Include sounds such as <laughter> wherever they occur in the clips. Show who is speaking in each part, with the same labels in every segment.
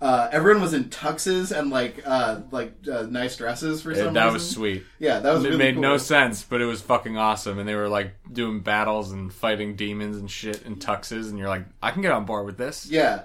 Speaker 1: Uh, everyone was in tuxes and like uh like uh, nice dresses for some
Speaker 2: that
Speaker 1: reason.
Speaker 2: was sweet.
Speaker 1: Yeah, that was
Speaker 2: it
Speaker 1: really
Speaker 2: made
Speaker 1: cool.
Speaker 2: no sense, but it was fucking awesome. And they were like doing battles and fighting demons and shit and tuxes, and you're like, I can get on board with this.
Speaker 1: Yeah.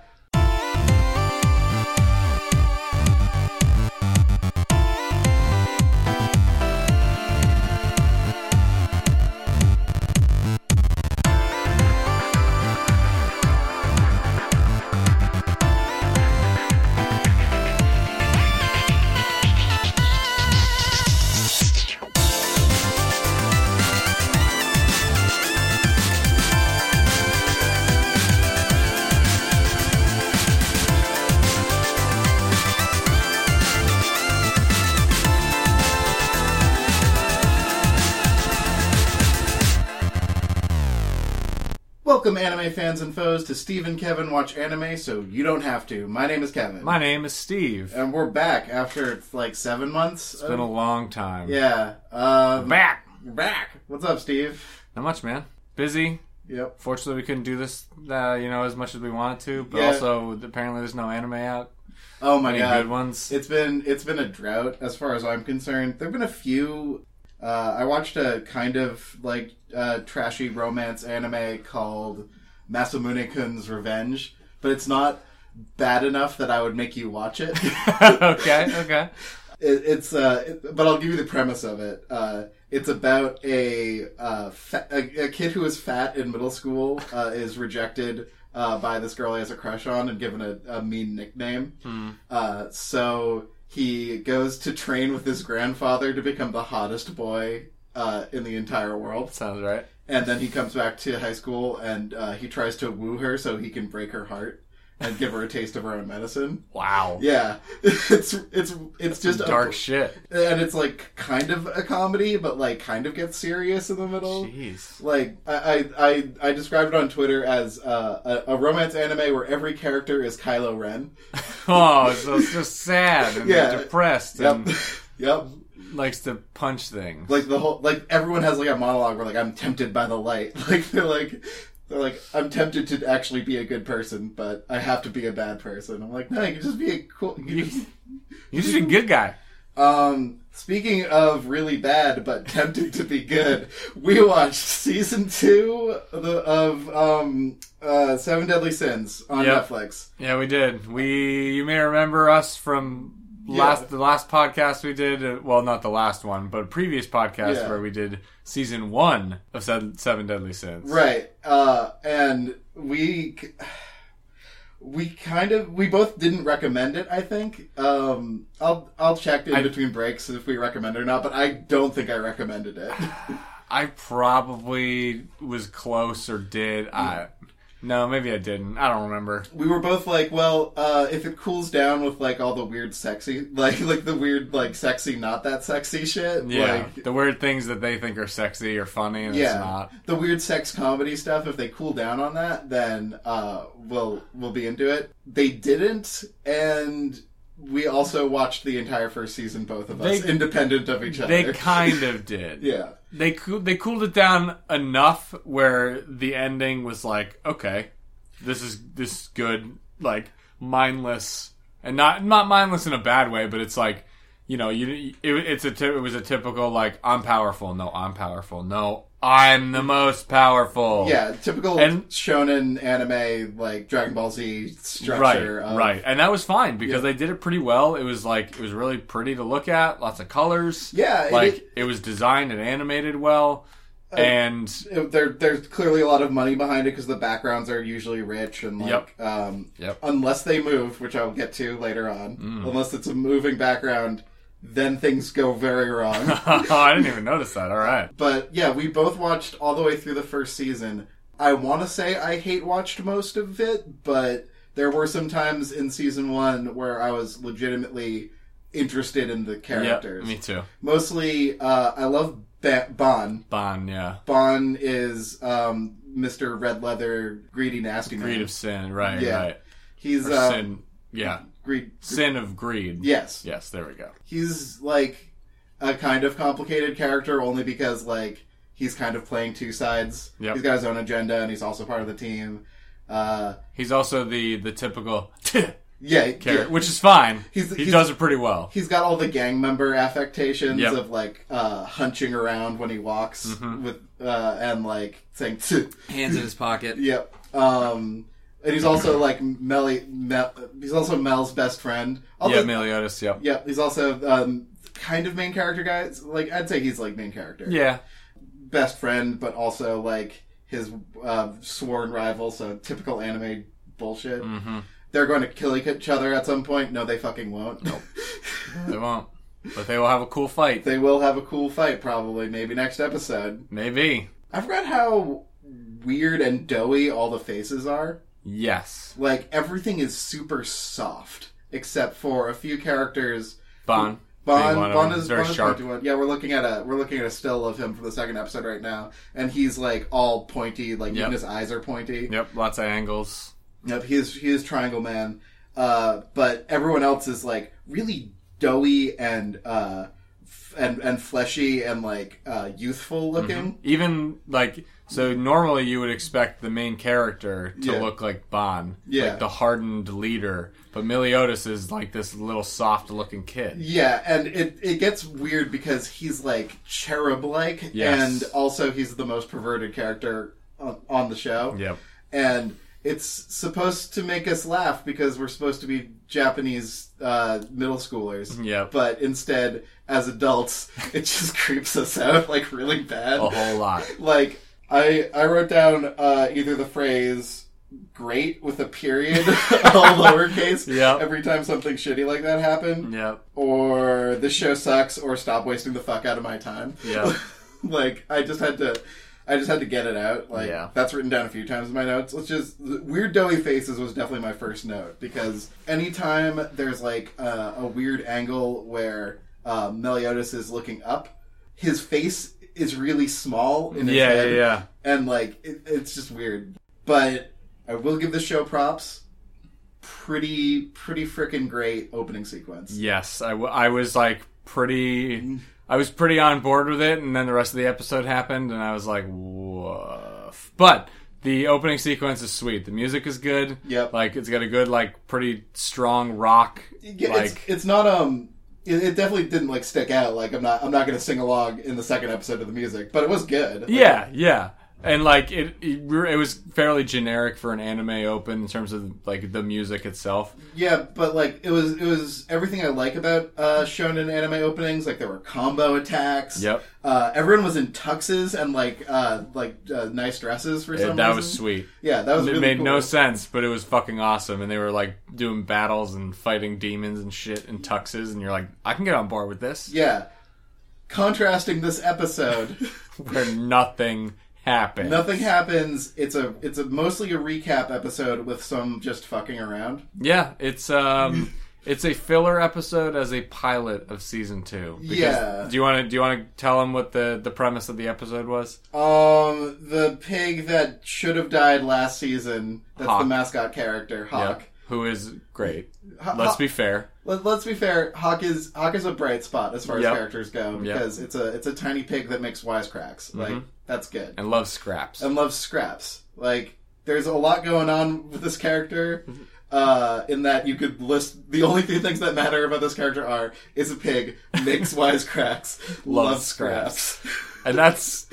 Speaker 1: Welcome, anime fans and foes, to Steve and Kevin Watch Anime So You Don't Have to. My name is Kevin.
Speaker 2: My name is Steve.
Speaker 1: and we're back after like seven months.
Speaker 2: It's been a long time.
Speaker 1: yeah. Um,
Speaker 2: Back.
Speaker 1: You're back. What's up, Steve?
Speaker 2: Not much, man. Busy.
Speaker 1: Yep.
Speaker 2: Fortunately, we couldn't do this, uh, you know, as much as we wanted to. But
Speaker 1: Yeah.
Speaker 2: also, apparently, there's no anime out.
Speaker 1: Oh my
Speaker 2: Any
Speaker 1: god.
Speaker 2: good
Speaker 1: <laughs>
Speaker 2: ones? <laughs>
Speaker 1: It's been it's been a drought as far as I'm concerned. There've been a few. Uh, I watched a kind of like uh, trashy romance anime called Masamune-kun's Revenge, but it's not bad enough that I would make you watch it. <laughs>
Speaker 2: okay. Okay.
Speaker 1: it, it's uh, it- but I'll give you the premise of it. Uh, it's about a, uh, fa- a a kid who is fat in middle school uh, is rejected uh, by this girl he has a crush on and given a, a mean nickname. Uh, so he goes to train with his grandfather to become the hottest boy uh, in the entire world.
Speaker 2: Sounds right.
Speaker 1: And then he comes back to high school and uh, he tries to woo her so he can break her heart and give her a taste of her own medicine.
Speaker 2: Wow.
Speaker 1: Yeah, <laughs> it's it's it's just a-
Speaker 2: Dark shit.
Speaker 1: and it's like kind of a comedy, but like kind of gets serious in the middle.
Speaker 2: Jeez. <laughs>
Speaker 1: Like I, I I I described it on Twitter as uh, a, a romance anime where every character is Kylo Ren.
Speaker 2: Oh, so it's just sad and
Speaker 1: Yeah.
Speaker 2: depressed
Speaker 1: Yep, <laughs>
Speaker 2: and
Speaker 1: yep.
Speaker 2: likes to punch things.
Speaker 1: Like the whole like everyone has like a monologue where like I'm tempted by the light. <laughs> Like they're like they're like I'm tempted to actually be a good person, but I have to be a bad person. I'm like no, you can just be a cool. you can
Speaker 2: You're just a good guy.
Speaker 1: Um, speaking of really bad but <laughs> tempting to be good, we watched season two of, the- of um, uh, Seven Deadly Sins on
Speaker 2: Yep.
Speaker 1: Netflix.
Speaker 2: Yeah, we did. We you may remember us from last the last podcast we did. Uh, well, not the last one, but a previous podcast
Speaker 1: Yeah.
Speaker 2: where we did season one of Seven, Seven Deadly Sins.
Speaker 1: Right. Uh, and we c- <sighs> we kind of we both didn't recommend it. I think. Um, I'll I'll check in
Speaker 2: I-
Speaker 1: between breaks if we recommend it or not. But I don't think I recommended it. <laughs>
Speaker 2: I probably was close or did I?
Speaker 1: Mm.
Speaker 2: No, maybe I didn't. I don't remember.
Speaker 1: we were both like, well, uh, if it cools down with like all the weird sexy, <laughs> like like the weird like sexy, not that sexy shit,
Speaker 2: Yeah,
Speaker 1: like
Speaker 2: the weird things that they think are sexy or funny and it's
Speaker 1: yeah,
Speaker 2: not.
Speaker 1: the weird sex comedy stuff. If they cool down on that, then uh, we'll we'll be into it. They didn't, and we also watched the entire first season, both of us,
Speaker 2: They-
Speaker 1: independent of each
Speaker 2: They
Speaker 1: other.
Speaker 2: kind of did.
Speaker 1: yeah,
Speaker 2: they coo- they cooled it down enough where the ending was like, okay, this is this is good, like mindless and not not mindless in a bad way, but it's like, you know, you it, it's a ty- it was a typical like I'm powerful, no, I'm powerful, no, I'm the most powerful,
Speaker 1: yeah, typical
Speaker 2: And-
Speaker 1: shonen anime like Dragon Ball Z
Speaker 2: Right,
Speaker 1: structure. of-
Speaker 2: right, and that was fine because they did it pretty well. It was like it was really pretty to look at, lots of colors.
Speaker 1: Yeah, it- Uh,
Speaker 2: like it, was designed and animated well, and
Speaker 1: it- there there's clearly a lot of money behind it because the backgrounds are usually rich and like um
Speaker 2: Yep. Mm.
Speaker 1: unless they move which i'll get to later on unless it's a moving background then things go very
Speaker 2: <laughs>
Speaker 1: wrong
Speaker 2: oh, I didn't even notice that. All right.
Speaker 1: but yeah we both watched all the way through the first season i want to say i hate watched most of it but there were some times in season one where i was legitimately interested in the characters
Speaker 2: me too.
Speaker 1: mostly uh, i love ba- bon
Speaker 2: Bon, yeah.
Speaker 1: Bon is um, Mr. Red Leather, greedy nasty man.
Speaker 2: Greed of sin, right,
Speaker 1: Yeah.
Speaker 2: right.
Speaker 1: He's
Speaker 2: Or
Speaker 1: um,
Speaker 2: sin, yeah.
Speaker 1: greed.
Speaker 2: Sin of greed.
Speaker 1: Yes,
Speaker 2: Yes, there we go.
Speaker 1: he's like a kind of complicated character, only because like he's kind of playing two sides.
Speaker 2: Yep.
Speaker 1: He's got his own agenda, and he's also part of the team. Uh,
Speaker 2: He's also the the typical <laughs>
Speaker 1: yeah,
Speaker 2: character,
Speaker 1: yeah.
Speaker 2: which is fine.
Speaker 1: He's-
Speaker 2: he
Speaker 1: he's-
Speaker 2: does it pretty well.
Speaker 1: He's got all the gang member affectations
Speaker 2: Yep. Mm-hmm.
Speaker 1: of like uh, hunching around when he walks with uh, and like saying "Tch."
Speaker 3: Hands in his pocket.
Speaker 1: yep. Um, and he's also like Melly. Mel, he's also Mel's best friend. Although,
Speaker 2: yeah, Meliodas. Yep. Yeah.
Speaker 1: Yep, he's also um, kind of main character guys. Like I'd say he's like main character, best friend, but also like his uh, sworn rival. So typical anime bullshit.
Speaker 2: Mm-hmm.
Speaker 1: They're going to kill each other at some point. No, they fucking won't.
Speaker 2: They won't, but they will have a cool
Speaker 1: <laughs>
Speaker 2: fight.
Speaker 1: they will have a cool fight probably. Maybe next episode.
Speaker 2: Maybe.
Speaker 1: I forgot how weird and doughy all the faces are.
Speaker 2: Yes.
Speaker 1: Like everything is super soft except for a few characters.
Speaker 2: Bon.
Speaker 1: Bond,
Speaker 2: being one of
Speaker 1: Bond
Speaker 2: them.
Speaker 1: is
Speaker 2: very
Speaker 1: Bond is
Speaker 2: sharp.
Speaker 1: pointy one. Yeah, we're looking at a we're looking at a still of him from the second episode right now, and he's like all pointy, like
Speaker 2: Yep.
Speaker 1: even his eyes are pointy. Yep,
Speaker 2: Yep. Lots of angles.
Speaker 1: he is he is Triangle Man, uh, but everyone else is like really doughy and uh, f- and and fleshy and like uh, youthful
Speaker 2: Mm-hmm.
Speaker 1: looking.
Speaker 2: Even like so, normally you would expect the main character to
Speaker 1: Yeah.
Speaker 2: look like Bon,
Speaker 1: Yeah.
Speaker 2: like the hardened leader. But Meliodas is like this little soft-looking kid.
Speaker 1: Yeah, and it, it gets weird because he's like cherub like,
Speaker 2: Yes.
Speaker 1: and also he's the most perverted character on, on the show.
Speaker 2: Yep.
Speaker 1: and it's supposed to make us laugh because we're supposed to be Japanese uh, middle schoolers.
Speaker 2: Yep.
Speaker 1: But instead, as adults, <laughs> it just creeps us out like really bad.
Speaker 2: a whole lot.
Speaker 1: Like I, I wrote down uh, either the phrase "great" with a period, <laughs> all lowercase,
Speaker 2: Yep.
Speaker 1: every time something shitty like that happened,
Speaker 2: Yep.
Speaker 1: or "this show sucks," or "stop wasting the fuck out of my time."
Speaker 2: Yep.
Speaker 1: <laughs> like I just had to I just had to get it out. Like
Speaker 2: Yeah.
Speaker 1: that's written down a few times in my notes. Let's just weird doughy faces was definitely my first note because anytime there's like a, a weird angle where uh, Meliodas is looking up, his face is really small in his
Speaker 2: Yeah,
Speaker 1: head,
Speaker 2: yeah, yeah.
Speaker 1: and like it, it's just weird. But I will give the show props. Pretty, pretty freaking great opening sequence.
Speaker 2: Yes, I, w- I was like
Speaker 1: Mm-hmm.
Speaker 2: pretty. I was pretty on board with it, and then the rest of the episode happened, and I was like, woof. But the opening sequence is sweet. The music is good.
Speaker 1: Yep.
Speaker 2: Like, it's got a good, like, pretty strong rock.
Speaker 1: Yeah, it's,
Speaker 2: like,
Speaker 1: it's not um it, it definitely didn't like stick out like i'm not i'm not gonna sing along in the second episode of the music but it was good Like,
Speaker 2: yeah, yeah. And, like, it, it, re- it was fairly generic for an anime open in terms of, like, the music itself.
Speaker 1: yeah but like it was it was everything i like about uh shonen anime openings like there were combo attacks
Speaker 2: Yep.
Speaker 1: uh everyone was in tuxes and like uh like uh, nice dresses for
Speaker 2: It-
Speaker 1: some
Speaker 2: that
Speaker 1: reason.
Speaker 2: was sweet.
Speaker 1: yeah that was
Speaker 2: It
Speaker 1: really
Speaker 2: made
Speaker 1: cool.
Speaker 2: no sense, but it was fucking awesome. And they were like doing battles and fighting demons and shit and tuxes. And you're like, I can get on board with this.
Speaker 1: yeah contrasting this
Speaker 2: <laughs>
Speaker 1: episode
Speaker 2: Where nothing happened.
Speaker 1: nothing happens it's a it's a mostly a recap episode with some just fucking around
Speaker 2: Yeah, it's um,
Speaker 1: <laughs>
Speaker 2: it's a filler episode as a pilot of season two. Because-
Speaker 1: Yeah.
Speaker 2: Do you want to do you want to tell them what the the premise of the episode was?
Speaker 1: Um, the pig that should have died last season. That's
Speaker 2: Hawk.
Speaker 1: the mascot character, Hawk.
Speaker 2: Yeah. Who is great.
Speaker 1: Ho-
Speaker 2: Let's
Speaker 1: Ho-
Speaker 2: be fair.
Speaker 1: Let, us be fair. Hawk is Hawk is a bright spot as far
Speaker 2: Yep. Mm-hmm.
Speaker 1: as characters go because it's a it's a tiny pig that makes wisecracks. Like that's good
Speaker 2: And love scraps.
Speaker 1: and loves scraps. Like there's a lot going on with this character.
Speaker 2: Mm-hmm.
Speaker 1: Uh, in that you could list the only three things that matter about this character are is a pig,
Speaker 2: <laughs>
Speaker 1: makes wisecracks, loves
Speaker 2: scraps.
Speaker 1: scraps.
Speaker 2: and that's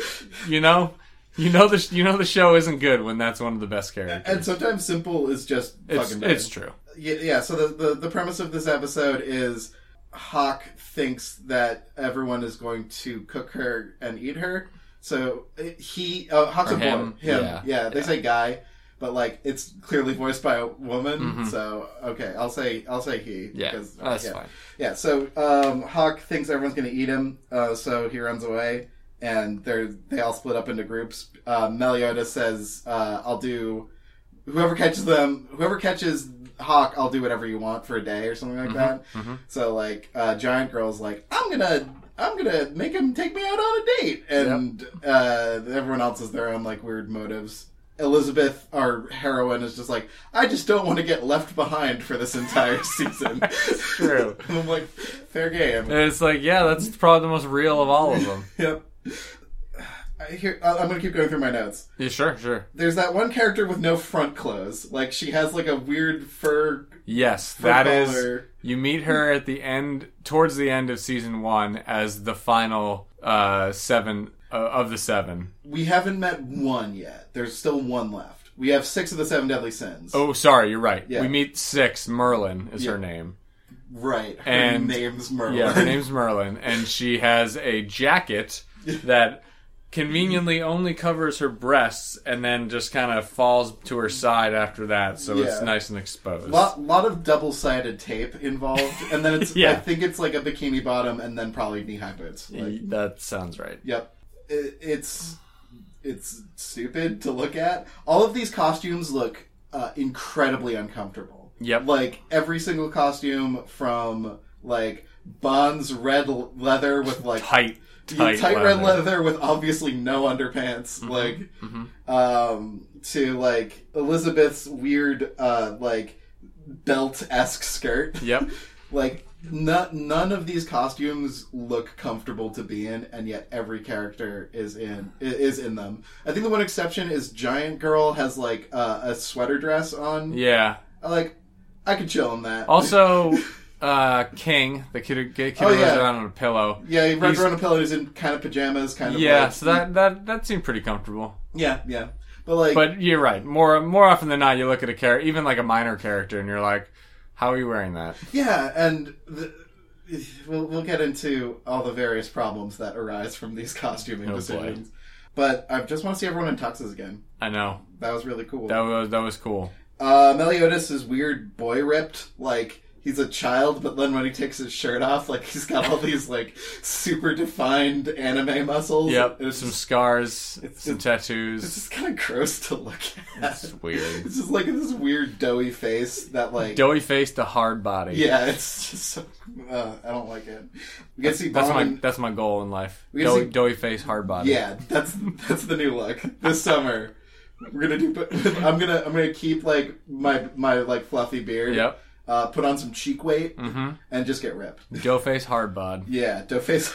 Speaker 2: you know you know the sh- you know the show isn't good when that's one of the best characters.
Speaker 1: And sometimes simple is just
Speaker 2: It's,
Speaker 1: fucking better.
Speaker 2: it's true.
Speaker 1: Yeah, yeah so the, the, the premise of this episode is Hawk thinks that everyone is going to cook her and eat her. So uh, he, uh, Hawk's
Speaker 2: Or
Speaker 1: a boy.
Speaker 2: him.
Speaker 1: Him.
Speaker 2: Yeah.
Speaker 1: Yeah, they say guy, but like it's clearly voiced by a woman. So okay, I'll say I'll say he.
Speaker 2: Mm-hmm. Yeah,
Speaker 1: because-
Speaker 2: oh, that's
Speaker 1: yeah.
Speaker 2: fine.
Speaker 1: Yeah, so um, Hawk thinks everyone's going to eat him, uh, so he runs away, and they're they all split up into groups. Uh, Meliodas says, uh, "I'll do whoever catches them, whoever catches Hawk, I'll do whatever you want for a day or something like that."
Speaker 2: Mm-hmm.
Speaker 1: So like, uh, Giant Girl's like, "I'm gonna." I'm gonna make him take me out on a date, and uh, everyone else has their own like weird motives. Elizabeth, our heroine, is just like, I just don't want to get left behind for this
Speaker 2: <laughs>
Speaker 1: entire season. <laughs>
Speaker 2: True.
Speaker 1: And I'm like, fair game.
Speaker 2: And it's like, yeah, that's probably the most real of all
Speaker 1: <laughs>
Speaker 2: of them.
Speaker 1: Yep. I hear, I- I'm gonna keep going through my notes.
Speaker 2: yeah, sure, sure.
Speaker 1: There's that one character with no front clothes. Like she has like a weird fur
Speaker 2: Yes, that is. You meet her at the end, towards the end of season one, as the final uh, seven uh, of the seven.
Speaker 1: We haven't met one yet. There's still one left. We have six of the seven deadly sins.
Speaker 2: Oh, sorry, you're right.
Speaker 1: Yeah.
Speaker 2: We meet six. Merlin is
Speaker 1: Yeah.
Speaker 2: her name.
Speaker 1: right. Her
Speaker 2: and-
Speaker 1: name's Merlin.
Speaker 2: Yeah, her name's Merlin, and she has a jacket that conveniently only covers her breasts and then just kind of falls to her side after that, so it's
Speaker 1: Yeah.
Speaker 2: nice and exposed.
Speaker 1: <laughs> lot, lot of double sided tape involved, and then it's
Speaker 2: <laughs> Yeah.
Speaker 1: I think it's like a bikini bottom, and then probably knee high boots.
Speaker 2: Mm.
Speaker 1: Like,
Speaker 2: that sounds right.
Speaker 1: Yep. It, it's it's stupid to look at. All of these costumes look uh, incredibly uncomfortable.
Speaker 2: Yep.
Speaker 1: Like every single costume from like Bond's red l- leather with like
Speaker 2: Tight, tight, Mm-hmm,
Speaker 1: red leather with obviously no underpants, like um to like Elizabeth's weird uh like belt esque skirt.
Speaker 2: Yep.
Speaker 1: Like no, none of these costumes look comfortable to be in, and yet every character is in i- is in them. I think the one exception is Giant Girl has like uh, a sweater dress on.
Speaker 2: Yeah.
Speaker 1: Like I could chill on that.
Speaker 2: Also, uh, King, the kid who, kid who
Speaker 1: Oh,
Speaker 2: runs
Speaker 1: yeah.
Speaker 2: around on a pillow.
Speaker 1: yeah, he runs
Speaker 2: he's-
Speaker 1: around a pillow. He's in kind of pajamas, kind of
Speaker 2: Yeah,
Speaker 1: like-
Speaker 2: so that, that that seemed pretty comfortable.
Speaker 1: yeah, yeah. But like,
Speaker 2: But you're right. More more often than not, you look at a character, even like a minor character, and you're like, "How are you wearing that?"
Speaker 1: yeah, and the, we'll we'll get into all the various problems that arise from these <laughs> costuming
Speaker 2: Oh, boy.
Speaker 1: decisions. But I just want to see everyone in tuxes again.
Speaker 2: I know
Speaker 1: That was really cool.
Speaker 2: that was that was cool.
Speaker 1: Uh, Meliodas is weird boy ripped. Like, he's a child, but then when he takes his shirt off, like, he's got all these, like, super defined anime muscles.
Speaker 2: Yep,
Speaker 1: And It's
Speaker 2: some
Speaker 1: just,
Speaker 2: scars,
Speaker 1: it's-
Speaker 2: some
Speaker 1: it's
Speaker 2: tattoos.
Speaker 1: just kind of gross to look <laughs> at.
Speaker 2: It's weird.
Speaker 1: It's just, like, this weird doughy face that, like...
Speaker 2: Doughy face to hard body.
Speaker 1: yeah, it's just so... Uh, I don't like it. We get to see
Speaker 2: that's
Speaker 1: Bond...
Speaker 2: my that's my goal in life.
Speaker 1: We can
Speaker 2: Doughy,
Speaker 1: see-
Speaker 2: doughy face, hard body.
Speaker 1: Yeah, that's that's the new look this summer. We're gonna do. I'm gonna I'm gonna keep like my my like fluffy beard.
Speaker 2: Yep. Mm-hmm.
Speaker 1: Uh, put on some cheek weight and just get ripped.
Speaker 2: dough face, hard bod.
Speaker 1: Yeah, dough face.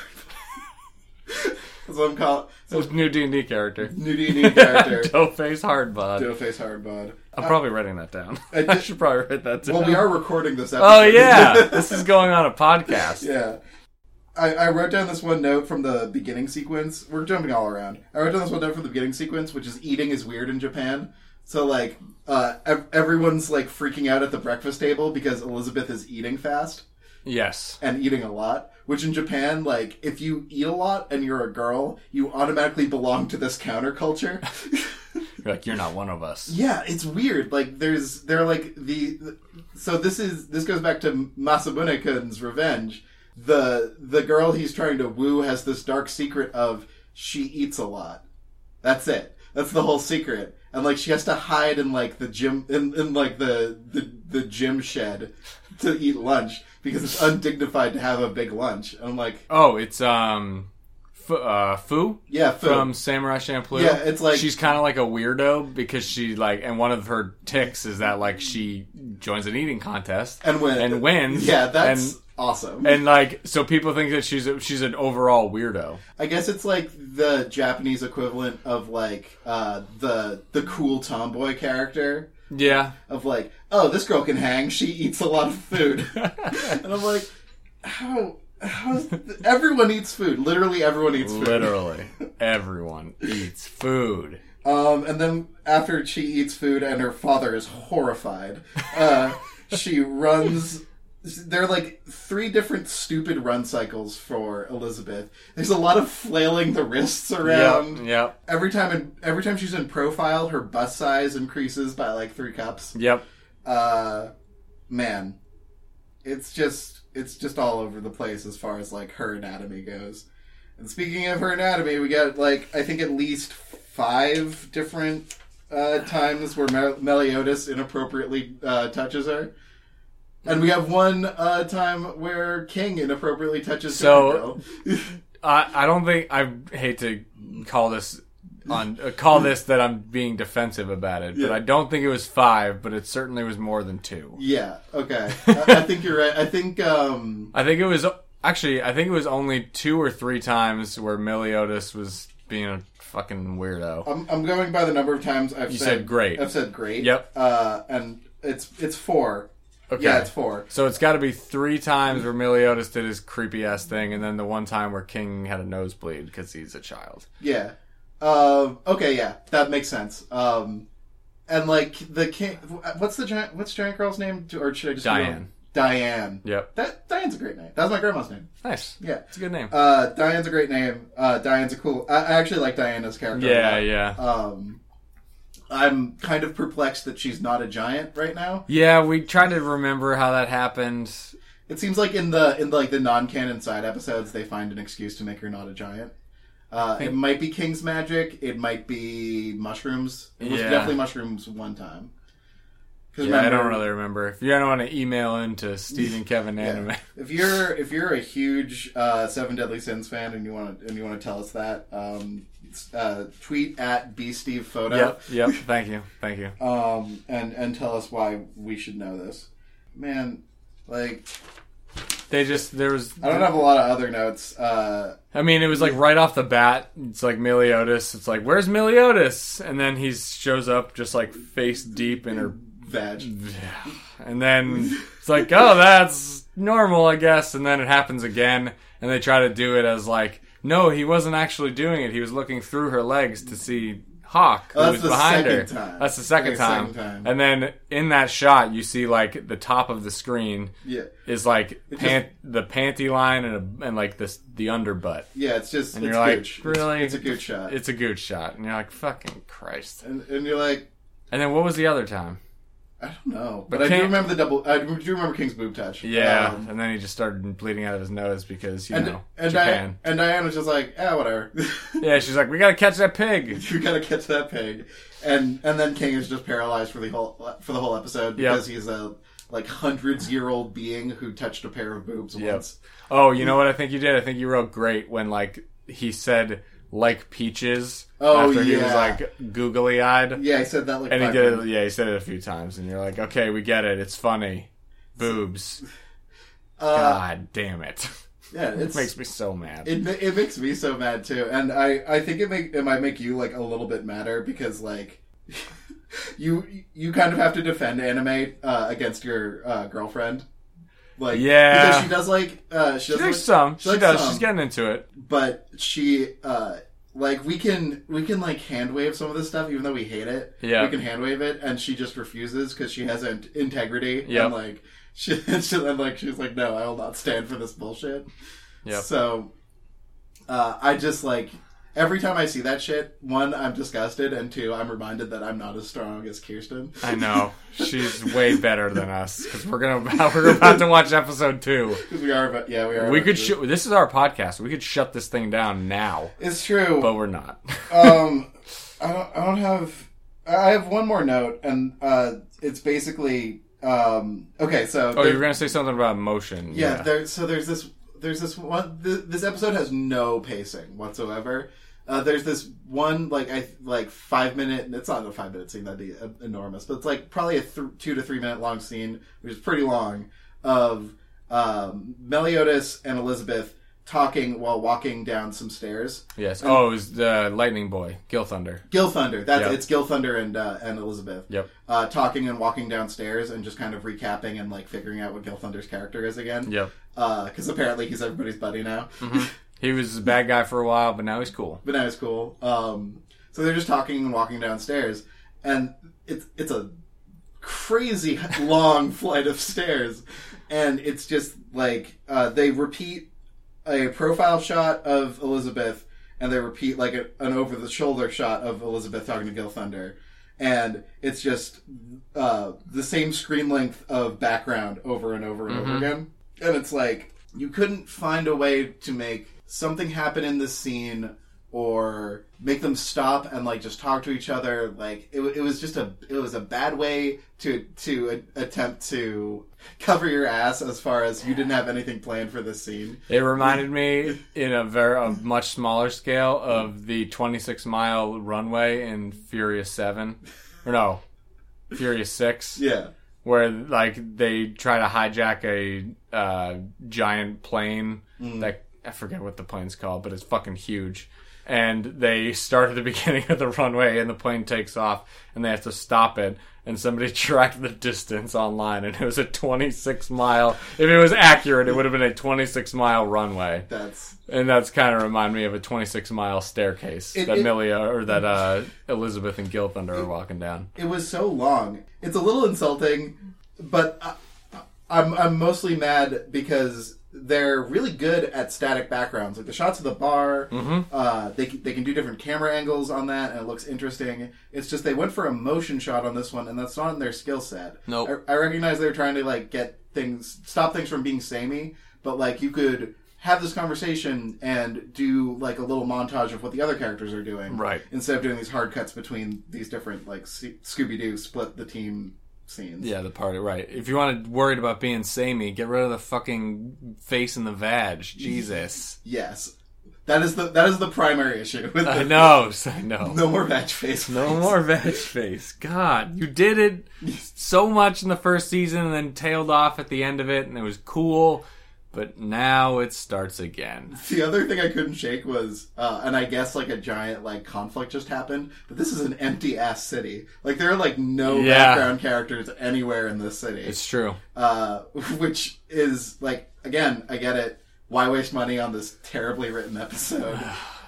Speaker 1: <laughs> that's what I'm calling. So
Speaker 2: It's a new D and D character.
Speaker 1: nudie new
Speaker 2: <laughs>
Speaker 1: character.
Speaker 2: dough face, hard bod.
Speaker 1: dough face hard bod.
Speaker 2: I'm probably writing that down.
Speaker 1: I
Speaker 2: <laughs> I,
Speaker 1: did-
Speaker 2: should probably write that down.
Speaker 1: Well, we are recording this episode.
Speaker 2: Oh yeah,
Speaker 1: <laughs>
Speaker 2: this is going on a podcast.
Speaker 1: Yeah. I, I wrote down this one note from the beginning sequence. We're jumping all around. I wrote down this one note from the beginning sequence, which is eating is weird in Japan. So like, uh, ev- everyone's like freaking out at the breakfast table because Elizabeth is eating fast
Speaker 2: Yes.
Speaker 1: and eating a lot. Which in Japan, like, if you eat a lot and you're a girl, you automatically belong to this counterculture. <laughs>
Speaker 2: You're like you're not one of us.
Speaker 1: Yeah, it's weird. Like there's they're like the so this is this goes back to Masamune Kun's revenge. The the girl he's trying to woo has this dark secret of she eats a lot. That's it. That's the whole secret. And like she has to hide in like the gym in, in like the, the the gym shed to eat lunch because it's undignified to have a big lunch. And I'm like,
Speaker 2: Oh, it's um, F- uh, Fu
Speaker 1: yeah, food.
Speaker 2: from Samurai Champloo.
Speaker 1: Yeah, it's like-
Speaker 2: she's kind of like a weirdo because she like, and one of her ticks is that like she joins an eating contest
Speaker 1: and when
Speaker 2: and wins.
Speaker 1: Yeah, that's
Speaker 2: and,
Speaker 1: awesome.
Speaker 2: and like so people think that she's a, she's an overall weirdo.
Speaker 1: I guess it's like the Japanese equivalent of like uh, the the cool tomboy character
Speaker 2: Yeah.
Speaker 1: of like, oh, this girl can hang. She eats a lot of
Speaker 2: <laughs>
Speaker 1: food, and I'm like, how? how is th- everyone eats food. Literally, everyone eats food.
Speaker 2: Literally, everyone eats food.
Speaker 1: Um, and then after she eats food and her father is horrified, uh,
Speaker 2: <laughs>
Speaker 1: she runs. There are like three different stupid run cycles for Elizabeth. There's a lot of flailing the wrists around.
Speaker 2: Yep, yep,
Speaker 1: Every time, in, every time she's in profile, her bust size increases by like three cups.
Speaker 2: yep.
Speaker 1: Uh, man, it's just it's just all over the place as far as like her anatomy goes. And speaking of her anatomy, we got like I think at least five different uh, times where Mel- Meliodas inappropriately uh, touches her. And we have one uh, time where King inappropriately touches
Speaker 2: So-
Speaker 1: Supergirl.
Speaker 2: I, I don't think I hate to call this on uh, call this that I'm being defensive about it, but
Speaker 1: Yeah.
Speaker 2: I don't think it was five, but it certainly was more than two.
Speaker 1: <laughs> yeah, okay. I, I think you're right. I think um,
Speaker 2: I think it was actually I think it was only two or three times where Meliodas was being a fucking weirdo.
Speaker 1: I'm, I'm going by the number of times I've
Speaker 2: You said great.
Speaker 1: I've said great.
Speaker 2: Yep.
Speaker 1: Uh, and it's it's four.
Speaker 2: Okay.
Speaker 1: Yeah, it's four.
Speaker 2: so it's got to be three times where Meliodas did his creepy ass thing, and then the one time where King had a nosebleed because he's a child.
Speaker 1: Yeah. Um, okay, yeah, that makes sense. Um, and like the king, what's the giant? What's giant girl's name? Or should I just
Speaker 2: Diane.
Speaker 1: Diane.
Speaker 2: Yep.
Speaker 1: That Diane's a great name. That was my grandma's name.
Speaker 2: Nice.
Speaker 1: Yeah.
Speaker 2: It's a good name.
Speaker 1: Uh, Diane's a great name. Uh, Diane's a cool. I, I actually like Diane as a character. a
Speaker 2: yeah,
Speaker 1: lot.
Speaker 2: yeah.
Speaker 1: Um, I'm kind of perplexed that she's not a giant right now.
Speaker 2: Yeah, we tried to remember how that happened.
Speaker 1: It seems like in the in like the non-canon side episodes, they find an excuse to make her not a giant. Uh, it might be King's magic. It might be mushrooms. It was
Speaker 2: Yeah.
Speaker 1: definitely mushrooms one time. 'Cause
Speaker 2: Yeah, I
Speaker 1: remember-
Speaker 2: don't really remember. If you don't want to email into Stephen
Speaker 1: <laughs>
Speaker 2: Kevin Anime,
Speaker 1: If you're if you're a huge uh, Seven Deadly Sins fan and you want to and you want to tell us that, um, s- uh, tweet at bstevephoto
Speaker 2: yep, yep. <laughs> Thank you, thank you.
Speaker 1: um, and and tell us why we should know this. Man, like
Speaker 2: They just there was.
Speaker 1: I don't have a lot of other notes. Uh,
Speaker 2: I mean, it was like right off the bat. It's like Meliodas. It's like where's Meliodas? And then he shows up just like face deep in her. <sighs>
Speaker 1: veg.
Speaker 2: And then it's like, oh, that's normal, I guess. And then it happens again, and they try to do it as like, no, he wasn't actually doing it. He was looking through her legs to see Hawk, who
Speaker 1: Oh, that's
Speaker 2: was
Speaker 1: the
Speaker 2: behind her.
Speaker 1: second time.
Speaker 2: That's the second
Speaker 1: That's the
Speaker 2: time.
Speaker 1: second time.
Speaker 2: And then in that shot, you see like the top of the screen
Speaker 1: Yeah,
Speaker 2: is like pant- the panty line and a, and like this the underbutt.
Speaker 1: yeah. It's just
Speaker 2: And
Speaker 1: it's
Speaker 2: you're like,
Speaker 1: gooch. It's-
Speaker 2: really?
Speaker 1: it's, a good shot.
Speaker 2: It's a good shot, and you're like, fucking Christ.
Speaker 1: and, and you're like,
Speaker 2: And then what was the other time?
Speaker 1: I don't know,
Speaker 2: But
Speaker 1: but, I do
Speaker 2: can't-
Speaker 1: remember the double. I do remember King's boob touch.
Speaker 2: Yeah,
Speaker 1: Um,
Speaker 2: and then he just started bleeding out of his nose because you
Speaker 1: and
Speaker 2: know
Speaker 1: and,
Speaker 2: Japan.
Speaker 1: Diane, and Diane was just like, ah, whatever. <laughs>
Speaker 2: Yeah, she's like, we gotta catch that pig.
Speaker 1: you gotta catch that pig, and and then King is just paralyzed for the whole for the whole episode
Speaker 2: Yep.
Speaker 1: because he's a like hundreds year old being who touched a pair of boobs
Speaker 2: Yep.
Speaker 1: once.
Speaker 2: Oh, you know what I think you did? I think you wrote great when like he said like peaches
Speaker 1: Oh,
Speaker 2: after he was
Speaker 1: yeah.
Speaker 2: like googly eyed.
Speaker 1: Yeah, I said that like
Speaker 2: And he
Speaker 1: five
Speaker 2: did
Speaker 1: times.
Speaker 2: it yeah, he said it a few times and you're like, Okay, we get it, it's funny. Boobs.
Speaker 1: Uh,
Speaker 2: God damn it. <laughs>
Speaker 1: yeah, it's,
Speaker 2: Makes me so mad.
Speaker 1: it ma- it makes me so mad too, and I I think it make it might make you like a little bit madder because like <laughs> you you kind of have to defend anime uh, against your uh, girlfriend, like
Speaker 2: Yeah.
Speaker 1: because she does like uh, she
Speaker 2: she
Speaker 1: does
Speaker 2: likes
Speaker 1: like-
Speaker 2: some.
Speaker 1: she
Speaker 2: She
Speaker 1: likes
Speaker 2: does.
Speaker 1: some.
Speaker 2: She's getting into it.
Speaker 1: but she uh like we can we can like hand wave some of this stuff even though we hate it
Speaker 2: Yeah.
Speaker 1: we can hand wave it and she just refuses because she has in- integrity
Speaker 2: Yep.
Speaker 1: and like <laughs> she, she and like she's like no i will not stand for this bullshit
Speaker 2: Yep.
Speaker 1: so uh i just like every time i see that shit one i'm disgusted and two i'm reminded that i'm not as strong as kirsten
Speaker 2: I know. She's way better than us because we're gonna <laughs> we're about to watch episode two.
Speaker 1: 'Cause we are about yeah we are
Speaker 2: We
Speaker 1: about
Speaker 2: could
Speaker 1: to-
Speaker 2: sh- this is our podcast. We could shut this thing down now.
Speaker 1: it's true
Speaker 2: but we're not.
Speaker 1: um, I don't, I don't have. I have one more note, and uh, it's basically um, okay. So,
Speaker 2: oh,
Speaker 1: there-
Speaker 2: you were gonna say something about emotion.
Speaker 1: yeah, There, so there's this. There's this one. Th- this episode has no pacing whatsoever. Uh, there's this one like I like five minute. It's not a five minute scene. That'd be uh, enormous, but it's like probably a th- two to three minute long scene, which is pretty long, of um, Meliodas and Elizabeth talking while walking down some stairs.
Speaker 2: Yes. Oh, it was the Lightning Boy, Gil Thunder.
Speaker 1: Gil Thunder. That's
Speaker 2: Yeah.
Speaker 1: it's Gil Thunder and uh, and Elizabeth.
Speaker 2: Yep.
Speaker 1: Uh, talking and walking downstairs and just kind of recapping and like figuring out what Gil Thunder's character is again.
Speaker 2: Yep.
Speaker 1: Because apparently he's everybody's buddy now,
Speaker 2: He was a bad guy for a while, but now he's cool.
Speaker 1: but now it's cool. Um, so they're just talking and walking downstairs, and it's it's a crazy <laughs> long flight of stairs, and it's just like uh, they repeat a profile shot of Elizabeth, and they repeat like a, an over the shoulder shot of Elizabeth talking to Gil Thunder, and it's just uh, the same screen length of background over and over and over again, and it's like you couldn't find a way to make something happen in this scene or make them stop and like just talk to each other like it, wa- it was just a it was a bad way to to a, attempt to cover your ass as far as you didn't have anything planned for this scene
Speaker 2: It reminded me, in a very a much smaller scale, of the 26 mile runway in Furious Seven, or no, Furious Six,
Speaker 1: yeah
Speaker 2: where like they try to hijack a
Speaker 1: Mm.
Speaker 2: uh, giant plane. That I forget what the plane's called, but it's fucking huge. and they start at the <laughs> beginning of the runway and the plane takes off and they have to stop it and somebody <laughs> tracked the distance online and it was a 26 mile if it was accurate it would have been a 26 mile runway
Speaker 1: That's
Speaker 2: and that's kind of remind me of a 26 mile staircase
Speaker 1: It-
Speaker 2: that
Speaker 1: it-
Speaker 2: Milia or that uh, Elizabeth and Gilthunder are walking down
Speaker 1: it was so long. It's a little insulting, but I, I'm I'm mostly mad because they're really good at static backgrounds, like the shots of the bar.
Speaker 2: Mm-hmm.
Speaker 1: Uh, they c- they can do different camera angles on that, and it looks interesting. It's just they went for a motion shot on this one, and that's not in their skill set.
Speaker 2: Nope.
Speaker 1: I, I recognize they're trying to like get things stop things from being samey, but like you could. Have this conversation and do like a little montage of what the other characters are doing,
Speaker 2: Right.
Speaker 1: instead of doing these hard cuts between these different like Scooby Doo split the team scenes.
Speaker 2: yeah the party right if you want to worried about being samey get rid of the fucking face in the vag <laughs> Jesus
Speaker 1: Yes, that is the that is the primary issue. With
Speaker 2: I
Speaker 1: the,
Speaker 2: know <laughs> I know
Speaker 1: <laughs> no more match face.
Speaker 2: Uh, No
Speaker 1: please.
Speaker 2: more veg face. God, you did it so much in the first season and then tailed off at the end of it, and it was cool. But now it starts again.
Speaker 1: The other thing I couldn't shake was, uh, and I guess like a giant like conflict just happened, but this is an empty ass city. Like there are like no
Speaker 2: Yeah.
Speaker 1: background characters anywhere in this city.
Speaker 2: It's true.
Speaker 1: uh, <laughs> which is like again, I get it. Why waste money on this terribly written
Speaker 2: <sighs>
Speaker 1: episode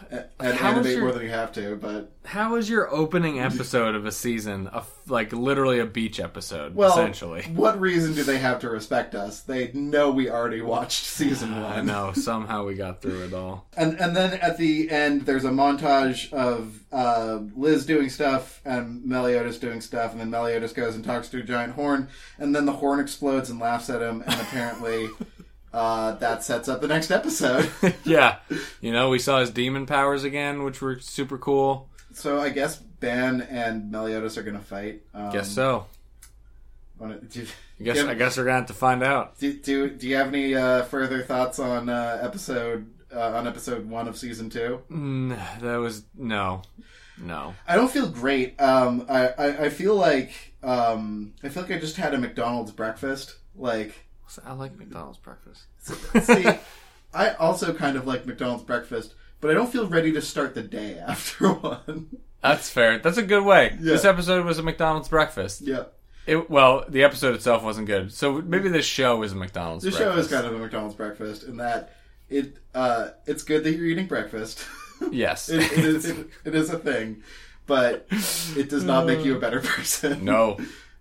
Speaker 1: and, and
Speaker 2: How is
Speaker 1: animate
Speaker 2: your-
Speaker 1: more than you have to? But
Speaker 2: How was your opening episode of a season? A, f- like literally a beach episode,
Speaker 1: well,
Speaker 2: essentially. <laughs>
Speaker 1: what reason do they have to respect us? They know we already
Speaker 2: <laughs>
Speaker 1: watched season
Speaker 2: I
Speaker 1: one,
Speaker 2: know. Somehow we got through it all.
Speaker 1: and and then at the end, there's a montage of uh, Liz doing stuff and Meliodas doing stuff, and then Meliodas goes and talks to a giant horn, and then the horn explodes and laughs at him, and
Speaker 2: <laughs>
Speaker 1: apparently. Uh, that sets up the next episode. <laughs>
Speaker 2: yeah, you know, we saw his demon powers again, which were super cool.
Speaker 1: So I guess Ben and Meliodas are gonna fight. Um,
Speaker 2: Guess so.
Speaker 1: wanna- Do,
Speaker 2: I guess
Speaker 1: do,
Speaker 2: I guess we're gonna have to find out.
Speaker 1: do, do, do you have any uh, further thoughts on uh, episode uh, on episode one of season two?
Speaker 2: Mm, that was no, no.
Speaker 1: I don't feel great. Um, I, I I feel like um, I feel like I just had a McDonald's breakfast. Like,
Speaker 2: I like McDonald's breakfast. <laughs>
Speaker 1: see, I also kind of like McDonald's breakfast, but I don't feel ready to start the day <laughs> after one.
Speaker 2: That's fair. That's a good way.
Speaker 1: Yeah.
Speaker 2: This episode was a McDonald's breakfast.
Speaker 1: yeah,
Speaker 2: It, well, the episode itself wasn't good. So maybe this show is a McDonald's
Speaker 1: this
Speaker 2: breakfast.
Speaker 1: show is kind of a McDonald's breakfast in that it uh, it's good that you're eating breakfast. <laughs>
Speaker 2: Yes.
Speaker 1: it, it, is, it, it is a thing, but it does not make you a better person.
Speaker 2: <laughs>
Speaker 1: <laughs>
Speaker 2: Uh, no.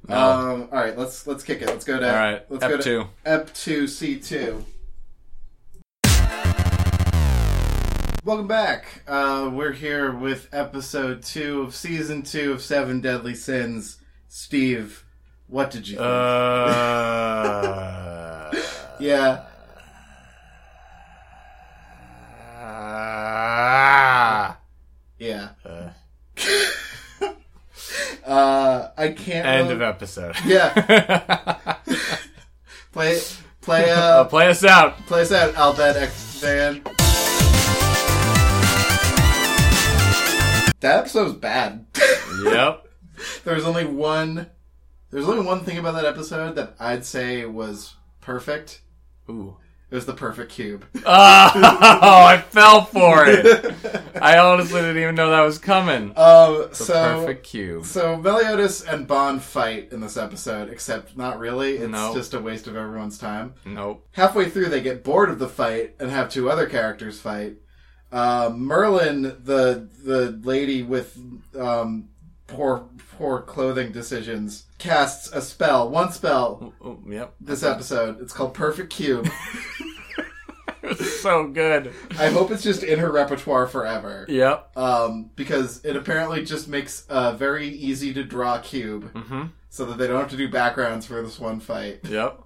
Speaker 2: No.
Speaker 1: Um, all right, let's let's kick it. Let's go to
Speaker 2: All right.
Speaker 1: Let's
Speaker 2: Ep
Speaker 1: go to <laughs>
Speaker 2: two.
Speaker 1: Ep two C two. Welcome back. Uh, we're here with episode two of season two of Seven Deadly Sins. Steve, what did you think?
Speaker 2: Uh,
Speaker 1: <laughs> yeah, yeah.
Speaker 2: Uh.
Speaker 1: <laughs> Uh, I can't.
Speaker 2: end
Speaker 1: really-
Speaker 2: of episode. <laughs>
Speaker 1: Yeah. play play
Speaker 2: Uh, <laughs>
Speaker 1: uh
Speaker 2: play us out.
Speaker 1: play us out Albed X Van. That episode was bad. <laughs>
Speaker 2: Yep.
Speaker 1: there was only one. There's only one thing about that episode that I'd say was perfect.
Speaker 2: Ooh.
Speaker 1: It was the perfect cube.
Speaker 2: <laughs> Oh, I fell for
Speaker 1: <laughs>
Speaker 2: it. I honestly didn't even know that was coming.
Speaker 1: Um, so
Speaker 2: Perfect cube.
Speaker 1: so Meliodas and Bond fight in this episode, except not really. It's
Speaker 2: No.
Speaker 1: just a waste of everyone's time.
Speaker 2: Nope.
Speaker 1: halfway through they get bored of the fight and have two other characters fight. Uh, Merlin, the the lady with um, poor poor clothing decisions, casts a spell, one spell
Speaker 2: Oh, yep. <laughs>
Speaker 1: this episode. It's called Perfect Cube.
Speaker 2: It was so good.
Speaker 1: I hope it's just in her repertoire forever.
Speaker 2: Yep.
Speaker 1: Um, because it apparently just makes a very easy to draw cube
Speaker 2: Mm-hmm.
Speaker 1: so that they don't have to do backgrounds for this one fight.
Speaker 2: Yep.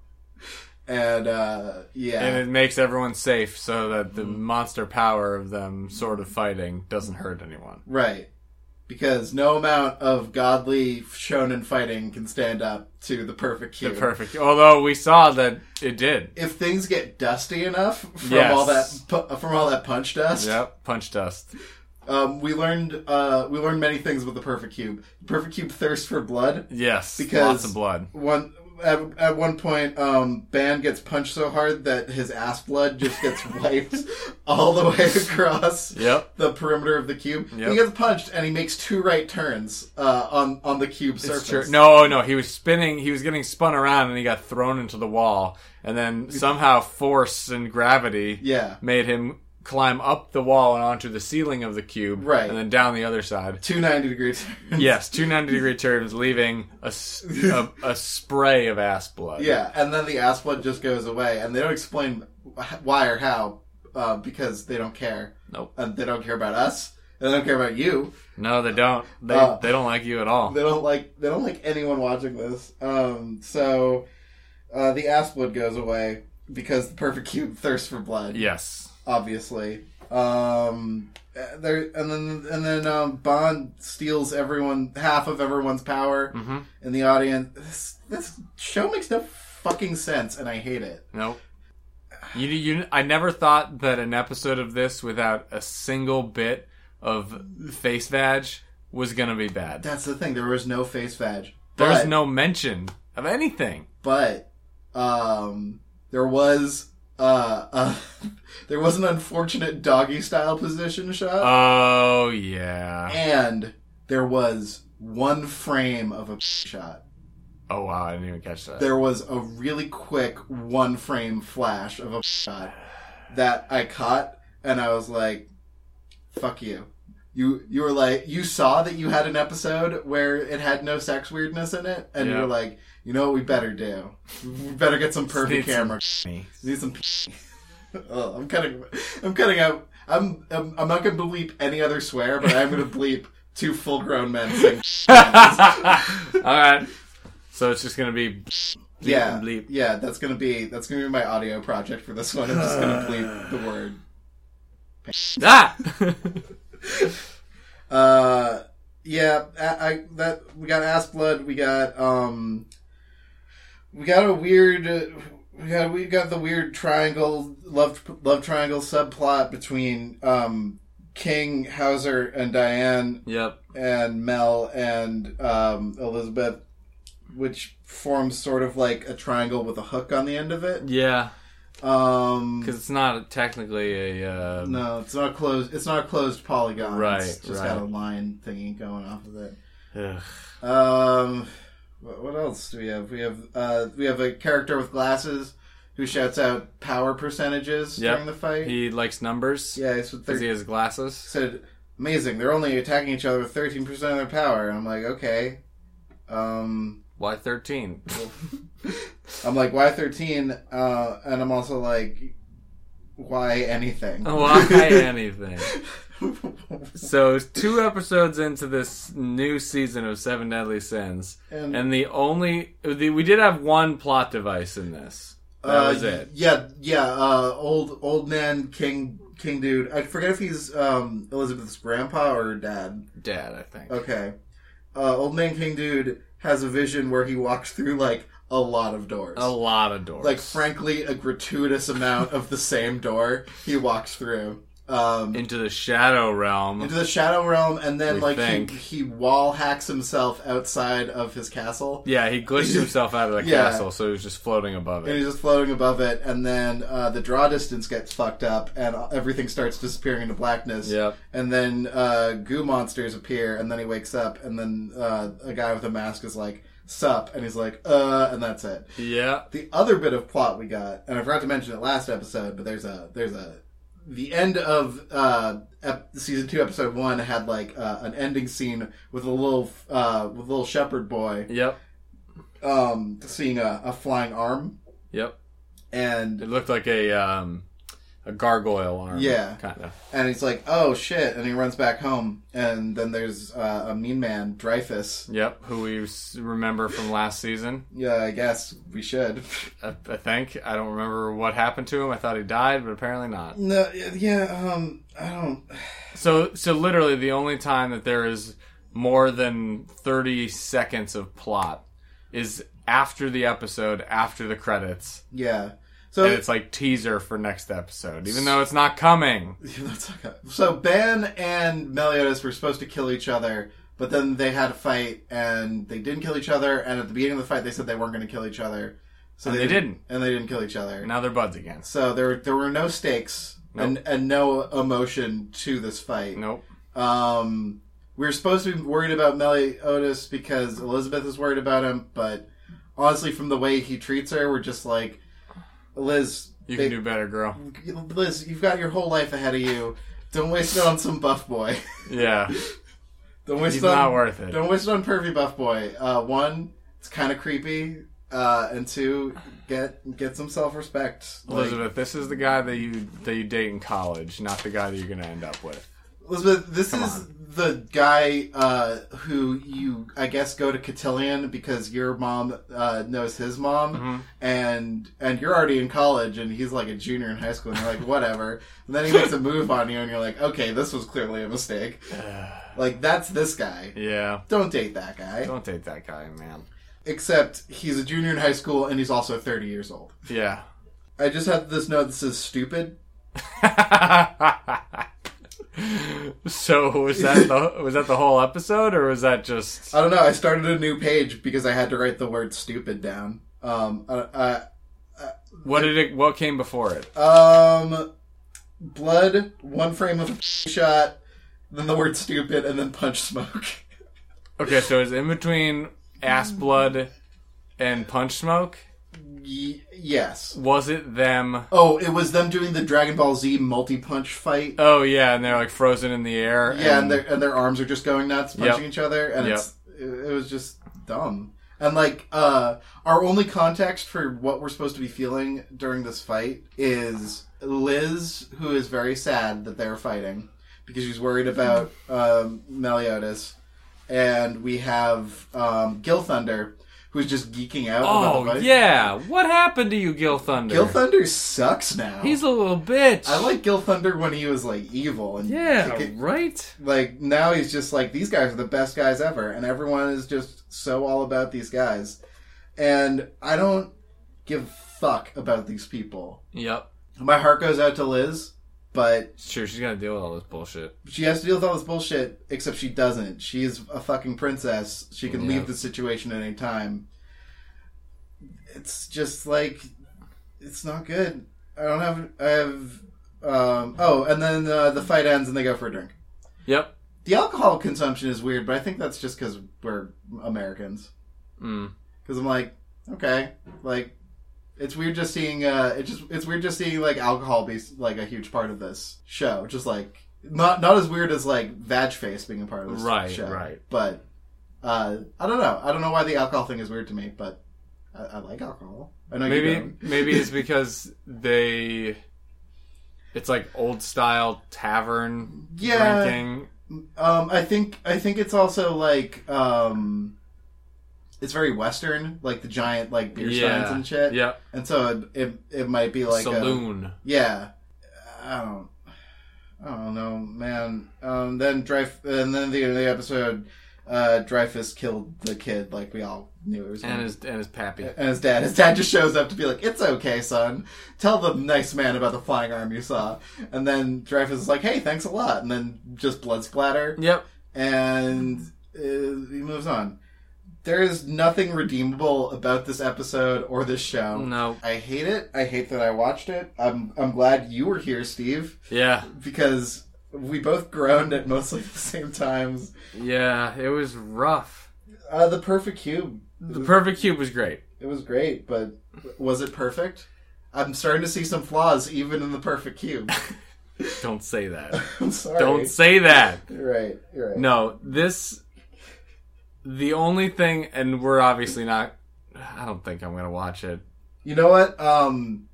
Speaker 1: And uh, yeah.
Speaker 2: And it makes everyone safe so that the
Speaker 1: Mm-hmm.
Speaker 2: monster power of them sort of fighting doesn't hurt anyone.
Speaker 1: Right. Because no amount of godly shonen fighting can stand up to the perfect cube.
Speaker 2: The perfect. Although we saw that it did.
Speaker 1: if things get dusty enough from
Speaker 2: Yes.
Speaker 1: all that pu- from all that punch dust,
Speaker 2: Yep. Punch dust.
Speaker 1: um, we learned uh, we learned many things with the perfect cube. The perfect cube thirst for blood.
Speaker 2: Yes.
Speaker 1: Because-
Speaker 2: lots of blood.
Speaker 1: One at, at one point, um, Ban gets punched so hard that his ass blood just
Speaker 2: <laughs>
Speaker 1: gets wiped all the way across
Speaker 2: Yep.
Speaker 1: the perimeter of the cube.
Speaker 2: Yep.
Speaker 1: He gets punched and he makes two right turns uh, on on the cube surface.
Speaker 2: Sure. No, no, he was spinning. He was getting spun around, and he got thrown into the wall. And then somehow force and gravity
Speaker 1: Yeah.
Speaker 2: made him climb up the wall and onto the ceiling of the cube,
Speaker 1: Right.
Speaker 2: And then down the other side.
Speaker 1: Two ninety degree turns.
Speaker 2: Yes, two ninety degree turns, leaving a, s- a- a spray of ass blood.
Speaker 1: <laughs> Yeah, and then the ass blood just goes away, and they don't explain wh- why or how uh, because they don't care.
Speaker 2: Nope.
Speaker 1: And they don't care about us. and They don't care about you.
Speaker 2: No, they don't. They
Speaker 1: Uh,
Speaker 2: they don't like you at all.
Speaker 1: They don't like they don't like anyone watching this. Um, so uh, the ass blood goes away because the perfect cube <laughs> thirsts for blood.
Speaker 2: yes.
Speaker 1: obviously. Um, uh, there and then and then um, Bond steals everyone half of everyone's power
Speaker 2: Mhm.
Speaker 1: in the audience. This, this show makes no fucking sense, and I hate it.
Speaker 2: Nope. You, you, I never thought that an episode of this without a single bit of face vag was gonna be bad.
Speaker 1: That's the thing. There was no face vag.
Speaker 2: There's
Speaker 1: But-
Speaker 2: no mention of anything.
Speaker 1: but um, there was uh, uh <laughs> there was an unfortunate doggy style position shot,
Speaker 2: Oh yeah.
Speaker 1: and there was one frame of a shot.
Speaker 2: Oh wow, I didn't even catch that.
Speaker 1: there was a really quick one frame flash of a shot that I caught, and I was like, "Fuck you." You you were like you saw that you had an episode where it had no sex weirdness in it, and you
Speaker 2: Yeah.
Speaker 1: were like, you know what we better do? We better get
Speaker 2: <laughs>
Speaker 1: some perfect
Speaker 2: Need some
Speaker 1: camera.
Speaker 2: me.
Speaker 1: Need some. <laughs> oh, I'm cutting. I'm cutting out. I'm, I'm I'm not gonna bleep any other swear, but I'm gonna bleep two full grown men saying.
Speaker 2: <laughs> All right. So it's just gonna be bleep,
Speaker 1: yeah,
Speaker 2: bleep.
Speaker 1: yeah. That's gonna be that's gonna be my audio project for this one. I'm just gonna
Speaker 2: <sighs>
Speaker 1: bleep the word.
Speaker 2: Ah! <laughs>
Speaker 1: Uh, yeah. I, I that we got ass blood. We got um, we got a weird. uh, We got we got the weird triangle love love triangle subplot between um King Hauser and Diane
Speaker 2: yep.
Speaker 1: and Mel and um Elizabeth, which forms sort of like a triangle with a hook on the end of it.
Speaker 2: Yeah.
Speaker 1: Um,
Speaker 2: Because it's not technically a. Uh,
Speaker 1: No, it's not closed. It's not a closed polygon.
Speaker 2: Right,
Speaker 1: it's just
Speaker 2: right.
Speaker 1: got a line thingy going off of it.
Speaker 2: uh, ugh.
Speaker 1: Um, what, what else do we have? We have uh, we have a character with glasses who shouts out power percentages
Speaker 2: Yep.
Speaker 1: during the fight.
Speaker 2: He likes numbers
Speaker 1: yeah, it's with
Speaker 2: because he
Speaker 1: thirteen.
Speaker 2: has glasses.
Speaker 1: Said amazing. They're only attacking each other with thirteen percent of their power. I'm like, okay. Um, <laughs>
Speaker 2: Why thirteen?
Speaker 1: I'm like, why thirteen? Uh, and I'm also like, why anything?
Speaker 2: Why anything? So two episodes into this new season of Seven Deadly Sins,
Speaker 1: <laughs> and
Speaker 2: and the only the, we did have one plot device in this. That
Speaker 1: Uh,
Speaker 2: was it.
Speaker 1: Yeah, yeah. Uh, old old man King King dude. I forget if he's um, Elizabeth's grandpa or her dad.
Speaker 2: Dad, I think.
Speaker 1: Okay, uh, old man King dude has a vision where he walks through like a lot of doors.
Speaker 2: A lot of doors.
Speaker 1: Like frankly, a gratuitous amount of the same door he walks through. Um,
Speaker 2: into the shadow realm.
Speaker 1: into the shadow realm, and then
Speaker 2: We
Speaker 1: like
Speaker 2: think.
Speaker 1: he he wall hacks himself outside of his castle.
Speaker 2: yeah, he glitched himself out of
Speaker 1: <laughs>
Speaker 2: the
Speaker 1: Yeah.
Speaker 2: castle, so he was just floating above
Speaker 1: And
Speaker 2: it.
Speaker 1: he's just floating above it, and then uh, the draw distance gets fucked up, and everything starts disappearing into blackness.
Speaker 2: Yep.
Speaker 1: And then uh, goo monsters appear, and then he wakes up, and then uh, a guy with a mask is like, "Sup?" and he's like, "Uh," and that's it.
Speaker 2: Yeah.
Speaker 1: The other bit of plot we got, and I forgot to mention it last episode, but there's a there's a the end of uh, ep- season two, episode one had like uh, an ending scene with a little uh, with a little shepherd boy
Speaker 2: Yep.
Speaker 1: um, seeing a, a flying arm.
Speaker 2: Yep.
Speaker 1: And
Speaker 2: It looked like a um a gargoyle arm.
Speaker 1: Yeah.
Speaker 2: Kind of.
Speaker 1: And he's like, "Oh shit!" And he runs back home. And then there's uh, a mean man, Dreyfus.
Speaker 2: Yep. Who we s- remember from last season.
Speaker 1: Yeah, I guess we should. <laughs>
Speaker 2: I, I think I don't remember what happened to him. I thought he died, but apparently not.
Speaker 1: no, yeah, um, I don't.
Speaker 2: So, so literally, the only time that there is more than thirty seconds of plot is after the episode, after the credits,
Speaker 1: Yeah.
Speaker 2: and
Speaker 1: So
Speaker 2: it's like teaser for next episode, even though it's not coming.
Speaker 1: <laughs> that's okay. So Ben and Meliodas were supposed to kill each other, But then they had a fight and they didn't kill each other. And at the beginning of the fight, they said they weren't going to kill each other. So
Speaker 2: And they didn't.
Speaker 1: And they didn't kill each other.
Speaker 2: Now they're buds again.
Speaker 1: So there there were no stakes and and no emotion to this fight.
Speaker 2: Nope.
Speaker 1: Um, we were supposed to be worried about Melly Otis because Elizabeth is worried about him, but honestly, from the way he treats her, we're just like, Liz,
Speaker 2: You
Speaker 1: they-
Speaker 2: can do better,
Speaker 1: <laughs>
Speaker 2: girl.
Speaker 1: Liz, you've got your whole life ahead of you. Don't waste it on some buff boy. <laughs>
Speaker 2: Yeah.
Speaker 1: Don't waste
Speaker 2: He's
Speaker 1: it on,
Speaker 2: not worth it.
Speaker 1: Don't waste it on pervy buff boy. Uh, one, it's kind of creepy, uh, and two, get get some self respect.
Speaker 2: Elizabeth, this is the guy that you that you date in college, not the guy that you're gonna end up with.
Speaker 1: Elizabeth, this is the guy uh, who you, I guess, go to Cotillion because your mom uh, knows his mom, and and you're already in college, and he's like a junior in high school, and you're like, whatever. And then he makes a move on you, and you're like, okay, this was clearly a mistake. like that's this guy.
Speaker 2: Yeah.
Speaker 1: Don't date that guy.
Speaker 2: Don't date that guy, man.
Speaker 1: Except he's a junior in high school, and he's also 30 years old.
Speaker 2: Yeah.
Speaker 1: I just have this note that says stupid.
Speaker 2: so was that the was that the whole episode or was that just
Speaker 1: I don't know. I started a new page because I had to write the word stupid down. Um, I, I,
Speaker 2: what did it what came before it?
Speaker 1: Um, blood, one frame of <laughs> a shot, then the word stupid, and then punch smoke. <laughs>
Speaker 2: Okay, so it's in between ass blood and punch smoke.
Speaker 1: y- yes.
Speaker 2: Was it them?
Speaker 1: Oh, it was them doing the Dragon Ball Z multi punch fight.
Speaker 2: Oh yeah, and they're like frozen in the air.
Speaker 1: yeah, and their and their arms are just going nuts, punching each other, and
Speaker 2: Yep.
Speaker 1: it's it it was just dumb. And like, uh, our only context for what we're supposed to be feeling during this fight is Liz, who is very sad that they're fighting because she's worried about um, Meliodas, and we have um, Gil Thunder, who's just geeking out. about the
Speaker 2: oh
Speaker 1: fight.
Speaker 2: yeah, what happened to you, Gil Thunder?
Speaker 1: Gil Thunder sucks now.
Speaker 2: He's a little bitch.
Speaker 1: I like Gil Thunder when he was like evil and
Speaker 2: Yeah,
Speaker 1: kicking-
Speaker 2: right.
Speaker 1: like now he's just like these guys are the best guys ever and everyone is just so all about these guys and i don't give a fuck about these people
Speaker 2: Yep.
Speaker 1: my heart goes out to liz but
Speaker 2: Sure, she's gonna deal with all this bullshit.
Speaker 1: she has to deal with all this bullshit except she doesn't she is a fucking princess she can
Speaker 2: Yeah.
Speaker 1: leave the situation at any time it's just like it's not good i don't have i have um, oh and then uh, the fight ends and they go for a drink
Speaker 2: Yep.
Speaker 1: The alcohol consumption is weird, but I think that's just because we're Americans.
Speaker 2: Mm.
Speaker 1: Because I'm like, okay, like it's weird just seeing uh, it just it's weird just seeing like alcohol be like a huge part of this show. Just like not not as weird as like vag face being a part of this
Speaker 2: Right,
Speaker 1: show,
Speaker 2: right.
Speaker 1: But uh, I don't know. I don't know why the alcohol thing is weird to me, but I, I like alcohol. I know you
Speaker 2: Maybe
Speaker 1: don't.
Speaker 2: maybe it's because they. It's like old style tavern
Speaker 1: Yeah.
Speaker 2: drinking.
Speaker 1: Um, I think I think it's also like um, it's very Western, like the giant like beer
Speaker 2: yeah.
Speaker 1: steins and shit.
Speaker 2: Yep.
Speaker 1: And so it it, it might be like uh, A,
Speaker 2: Saloon.
Speaker 1: yeah, I don't. I don't know, man. Um, then Dreyf- and then the end of the episode, uh, Dreyfus killed the kid, like we all knew it was.
Speaker 2: and
Speaker 1: gonna-
Speaker 2: his and his pappy.
Speaker 1: and his dad. His dad just shows up to be like, "It's okay, son. Tell the nice man about the flying arm you saw." And then Dreyfus is like, "Hey, thanks a lot." And then just blood splatter
Speaker 2: Yep.
Speaker 1: and uh, he moves on. There is nothing redeemable about this episode or this show.
Speaker 2: No.
Speaker 1: I hate it. I hate that I watched it. I'm I'm glad you were here, Steve,
Speaker 2: Yeah.
Speaker 1: because we both groaned at mostly <laughs> the same times.
Speaker 2: Yeah. It was rough.
Speaker 1: Uh, the perfect cube. It
Speaker 2: The
Speaker 1: was,
Speaker 2: perfect cube was great.
Speaker 1: it was great, but was it perfect? I'm starting to see some flaws even in the perfect cube. <laughs>
Speaker 2: Don't say that.
Speaker 1: I'm sorry.
Speaker 2: Don't say that.
Speaker 1: You're right. You're right.
Speaker 2: No, this. The only thing, and we're obviously not. I don't think I'm gonna watch it.
Speaker 1: You know what? Um,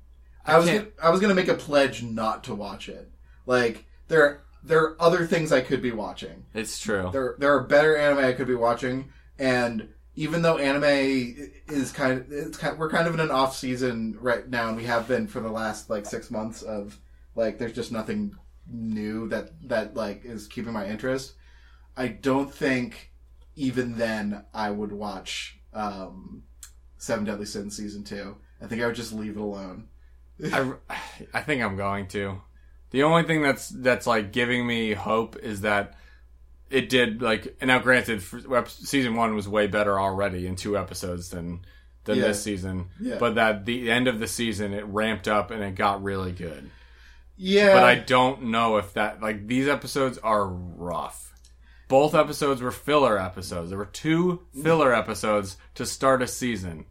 Speaker 1: I, was gonna,
Speaker 2: can't-
Speaker 1: I was gonna make a pledge not to watch it. Like there there are other things I could be watching.
Speaker 2: It's true.
Speaker 1: There there are better anime I could be watching, and even though anime is kind of it's kind we're kind of in an off season right now, and we have been for the last like six months of like there's just nothing new that that like is keeping my interest. I don't think even then I would watch um, Seven Deadly Sins season two. I think I would just leave it alone.
Speaker 2: I, I think I'm going to. The only thing that's that's like giving me hope is that it did like and now granted f- ep- season one was way better already in two episodes than than
Speaker 1: Yeah.
Speaker 2: this season
Speaker 1: Yeah.
Speaker 2: but that the end of the season it ramped up and it got really good
Speaker 1: Yeah,
Speaker 2: but i don't know if that like these episodes are rough both episodes were filler episodes there were two filler episodes to start a season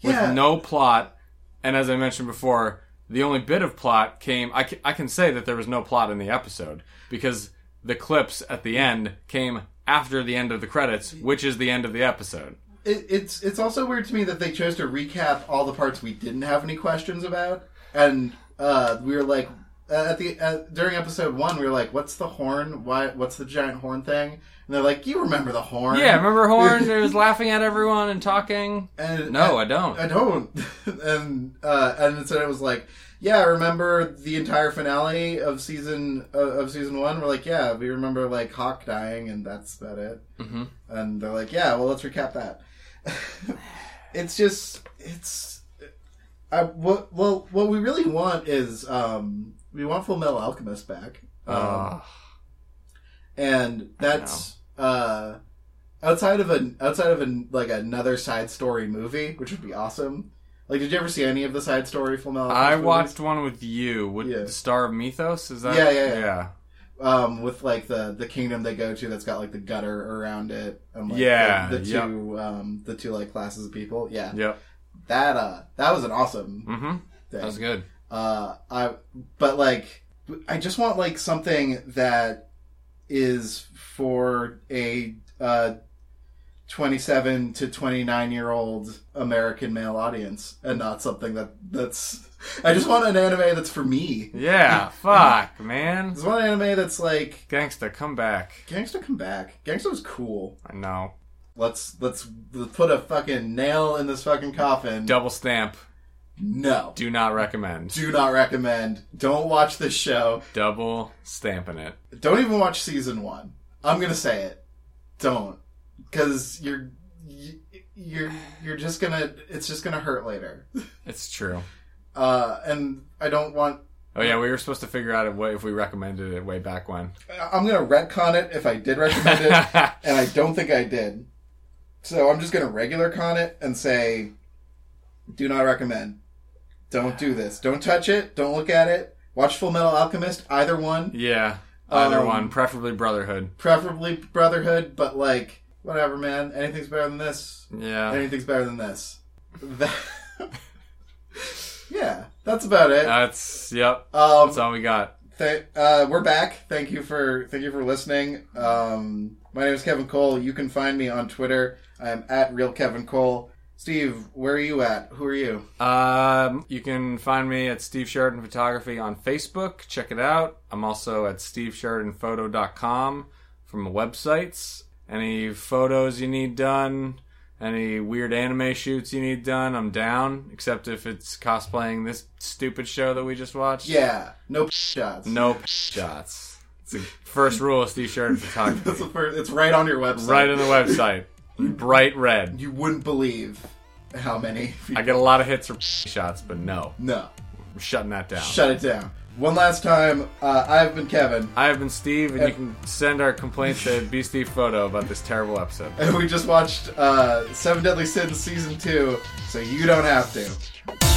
Speaker 1: Yeah.
Speaker 2: with no plot and as i mentioned before the only bit of plot came I can, I can say that there was no plot in the episode because the clips at the end came after the end of the credits which is the end of the episode
Speaker 1: it, it's it's also weird to me that they chose to recap all the parts we didn't have any questions about, and uh, we were like uh, at the uh, during episode one we were like, "What's the horn? Why? What's the giant horn thing?" And they're like, "You remember the horn?"
Speaker 2: yeah remember horn who was laughing at everyone and talking
Speaker 1: And-
Speaker 2: no
Speaker 1: <laughs>
Speaker 2: i don't
Speaker 1: I don't. and uh, and so it was like, yeah, I remember the entire finale of season uh, of season one. We're like, yeah, we remember like Hawk dying, and that's about it.
Speaker 2: Mhm.
Speaker 1: And they're like, yeah, well, let's recap that. <laughs> it's just it's. I, what well what we really want is um, we want Full Metal Alchemist back, um,
Speaker 2: Ugh.
Speaker 1: and that's uh, outside of an outside of an like another side story movie, which would be awesome. Like, did you ever see any of the side story Full Metal? Alchemist
Speaker 2: I
Speaker 1: movies?
Speaker 2: watched one with you with
Speaker 1: Yeah.
Speaker 2: the Star of Mythos. Is that
Speaker 1: Yeah, yeah, yeah.
Speaker 2: yeah,
Speaker 1: um, with like the the kingdom they go to that's got like the gutter around it. And, like,
Speaker 2: Yeah,
Speaker 1: the, the
Speaker 2: yep.
Speaker 1: two um, the two like classes of people. Yeah,
Speaker 2: Yep.
Speaker 1: that uh, that was an awesome
Speaker 2: Mm-hmm.
Speaker 1: thing.
Speaker 2: That was good.
Speaker 1: Uh, I but like I just want like something that is for a uh, 27 to 29 year old American male audience and not something that that's I just want an anime that's for me.
Speaker 2: Yeah. fuck,
Speaker 1: I
Speaker 2: man.
Speaker 1: just want an anime that's like
Speaker 2: Gangsta, come back.
Speaker 1: Gangsta come back. Gangsta was cool.
Speaker 2: I know.
Speaker 1: Let's let's let's put a fucking nail in this fucking coffin.
Speaker 2: Double stamp.
Speaker 1: No.
Speaker 2: Do not recommend.
Speaker 1: Do not recommend. Don't watch this show.
Speaker 2: Double stamping it.
Speaker 1: Don't even watch season one. I'm gonna say it. Don't, because you're y- you're you're just gonna. It's just gonna hurt later.
Speaker 2: It's true.
Speaker 1: Uh, and I don't want.
Speaker 2: Oh yeah, we were supposed to figure out what if we recommended it way back when.
Speaker 1: I'm gonna retcon it if I did recommend
Speaker 2: <laughs>
Speaker 1: it, and I don't think I did. So I'm just gonna regular con it and say, do not recommend. Don't do this. Don't touch it. Don't look at it. Watch Full Metal Alchemist. Either one.
Speaker 2: yeah. Either
Speaker 1: Um,
Speaker 2: one, preferably Brotherhood.
Speaker 1: Preferably Brotherhood, but like whatever, man. Anything's better than this.
Speaker 2: Yeah.
Speaker 1: Anything's better than this. That- <laughs> yeah, that's about it.
Speaker 2: Uh, That's yep. That's
Speaker 1: Um,
Speaker 2: all we got.
Speaker 1: th- uh, we're back. Thank you for thank you for listening. Um, my name is Kevin Cole. You can find me on Twitter. I am at real Kevin Cole. Steve, where are you at? Who are you?
Speaker 2: Um, you can find me at Steve Sheridan Photography on Facebook. Check it out. I'm also at stevesheridanphoto.com from the websites. Any photos you need done, any weird anime shoots you need done, I'm down. Except if it's cosplaying this stupid show that we just watched.
Speaker 1: Yeah, no shots.
Speaker 2: No p- shots. It's the first rule of Steve Sheridan
Speaker 1: <laughs> That's
Speaker 2: Photography.
Speaker 1: the first, it's right on your website.
Speaker 2: right on the website. Bright red.
Speaker 1: You wouldn't believe how many.
Speaker 2: I get a lot of hits for p- shots, but no.
Speaker 1: no,
Speaker 2: I'm shutting that down.
Speaker 1: shut it down. One last time. Uh, I've been Kevin.
Speaker 2: I have been Steve, and
Speaker 1: And-
Speaker 2: you can send our complaints to BSteve Photo about this terrible episode.
Speaker 1: <laughs> And we just watched uh, Seven Deadly Sins season two, so you don't have to.